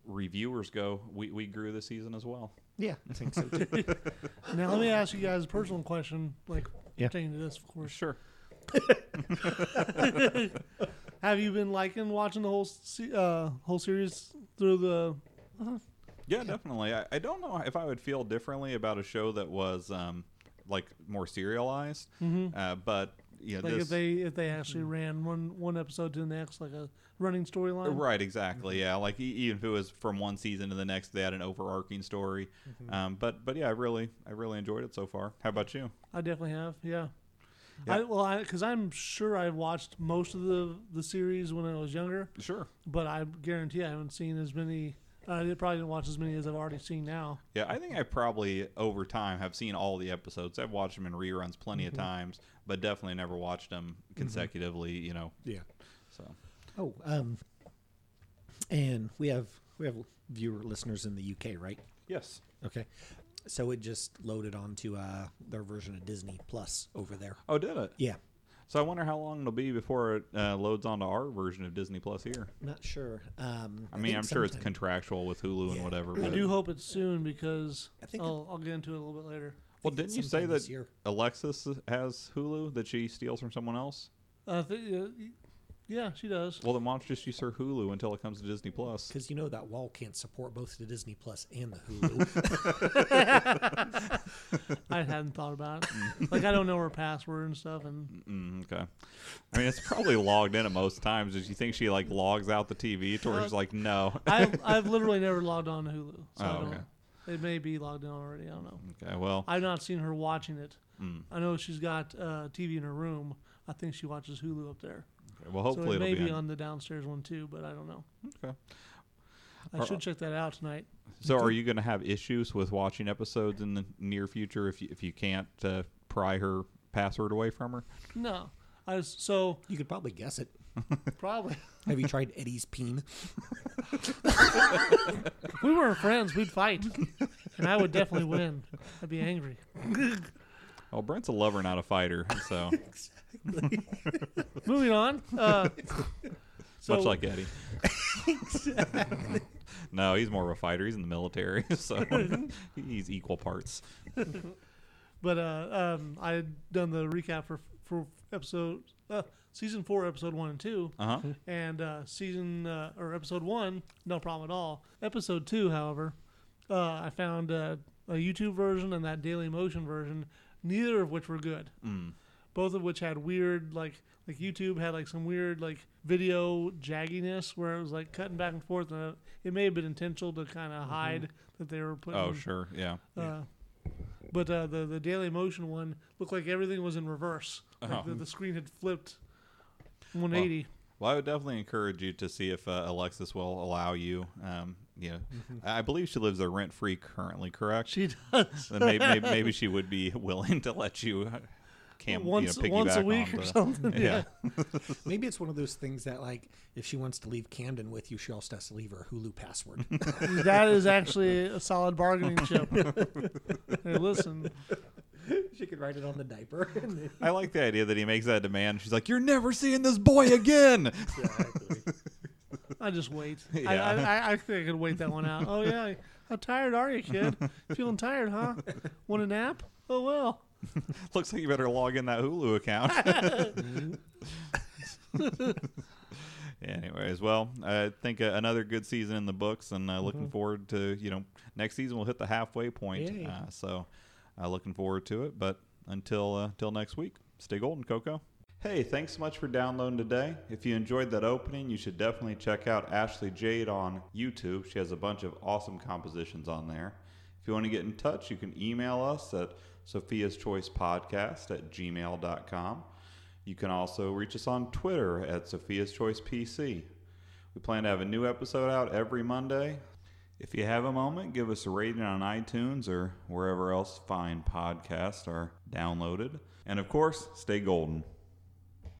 A: reviewers go, we we grew this season as well.
C: Yeah, I think
A: [laughs]
C: so too.
B: Now let me ask you guys a personal question, like
C: Yeah.
B: pertaining to this, of course.
A: Sure.
B: Have you been liking watching the whole se- uh, whole series through the?
A: Yeah, definitely. I, I don't know if I would feel differently about a show that was um, like more serialized, uh, but you know,
B: Mm-hmm. Like
A: this, Mm.
B: if they if they actually ran one one episode to the next, like a running storyline.
A: Uh, Right,
B: Mm-hmm.
A: exactly. Yeah, like e- even if it was from one season to the next, they had an overarching story.
B: Mm-hmm.
A: Um, but but yeah, I really I really enjoyed it so far. How about you?
B: I definitely have. Yeah.
A: Yeah.
B: I, well, because I'm sure I watched most of the the series when I was younger,
A: Sure.
B: but I guarantee I haven't seen as many. I did- probably didn't watch as many as I've already seen now.
A: Yeah, I think I probably over time have seen all the episodes. I've watched them in reruns plenty
B: Mm-hmm.
A: of times, but definitely never watched them consecutively. You know,
C: yeah.
A: so
C: Oh, um, and we have we have viewer listeners in the UK, right?
A: yes,
C: Okay. So it just loaded onto uh, their version of Disney Plus over there.
A: oh, did it?
C: Yeah,
A: So I wonder how long it'll be before it uh, loads onto our version of Disney Plus here.
C: not sure. Um,
A: I mean,
C: think
A: I'm sure it's
C: sometime-
A: contractual with Hulu and
C: Yeah.
A: whatever.
B: I
A: But,
B: do hope it's soon because
C: I think
B: I'll, I'll get into it a little bit later.
A: well,
C: think
A: didn't
C: it's
A: you say
C: sometime this
A: that
C: year.
A: Alexis has Hulu that she steals from someone else?
B: Uh, th- uh, y- yeah, she does.
A: Well, then why don't you just use her Hulu until it comes to Disney Plus?
C: because you know that wall can't support both the Disney Plus and the Hulu.
B: I hadn't thought about
A: [laughs]
B: it. like I don't know her password and stuff, and
A: Mm, okay. I mean, it's probably logged in at most times. Did you think she like logs out the TV to where she's like, no?
B: I I've literally never logged on to Hulu, so I
A: Oh,
B: don't.
A: okay. Mm.
B: It may be logged in already. I don't know.
A: Okay. Well,
B: I've not seen her watching it.
A: Mm.
B: I know she's got uh, TV in her room. I think she watches Hulu up there.
A: okay, well, hopefully
B: so it
A: it'll
B: may
A: be,
B: be
A: on.
B: on the downstairs one too, but I don't know.
A: Okay.
B: I
A: Or- uh
B: should check that out tonight.
A: So, are you going to have issues with watching episodes in the near future if you, if you can't uh, pry her password away from her?
B: No, I was,
A: [laughs]
B: so
C: you could probably guess it.
B: probably
C: Have you tried Eddie's Peen?
B: if we weren't friends, we'd fight, and I would definitely win. I'd be angry.
A: Well, Oh, Brent's a lover, not a fighter.
B: [laughs]
A: So,
B: Moving on. Uh, so
A: [laughs] much like Eddie. no, he's more of a fighter. He's in the military, [laughs]
B: [laughs]
A: so he's equal parts.
B: But uh, um, I had done the recap for for episode uh, season four, episode one and two,
A: Uh huh.
B: and uh, season uh, or episode one, no problem at all. Episode two, however, uh, I found uh, a YouTube version and that Daily Motion version, neither of which were good.
A: Mm.
B: Both of which had weird like like YouTube had like some weird like video jagginess where it was like cutting back and forth, and uh, it may have been intentional to kind of hide that they were putting
A: Mm-hmm. Oh, sure. Yeah.
B: uh, but uh, the the Daily Motion one looked like everything was in reverse. Like
A: Oh.
B: the, the screen had flipped 180.
A: Well, I would definitely encourage you to see if uh, Alexis will allow you. Um, you know, I I believe she lives there rent free currently, correct?
B: Mm-hmm. She does
A: [laughs] then maybe, maybe, maybe she would be willing to let you uh, camp you know,
B: once once a
A: piggyback
B: week
A: on
B: or
A: the- [laughs]
B: something.
A: Yeah.
B: Yeah.
C: Maybe it's one of those things that, like, if she wants to leave Camden with you, she also has to leave her Hulu password.
B: that is actually a solid bargaining [laughs] chip. hey, listen,
C: she could write it on the diaper.
A: I like the idea that he makes that demand. She's like, "You're never seeing this boy
B: [laughs]
A: again."
B: I just wait. I,
A: Yeah.
B: I, I, I think I could wait that one out. Oh yeah, how tired are you, kid? Feeling tired, huh? Want a nap? Oh well.
A: [laughs] Looks like you better log in that Hulu account. [laughs] Anyways, well, I think uh, another good season in the books, and uh, looking forward to you know next season we'll hit the halfway point.
C: Yay.
A: Uh, so, uh, looking forward to it. But until uh, till next week, stay golden, Coco. Hey, thanks so much for downloading today. If you enjoyed that opening, you should definitely check out Ashley Jade on YouTube. She has a bunch of awesome compositions on there. If you want to get in touch, you can email us at Sophia's Choice Podcast at gmail.com. You can also reach us on Twitter at Sophia's Choice PC. We plan to have a new episode out every Monday. If you have a moment, give us a rating on iTunes or wherever else fine podcasts are downloaded. And of course, stay golden.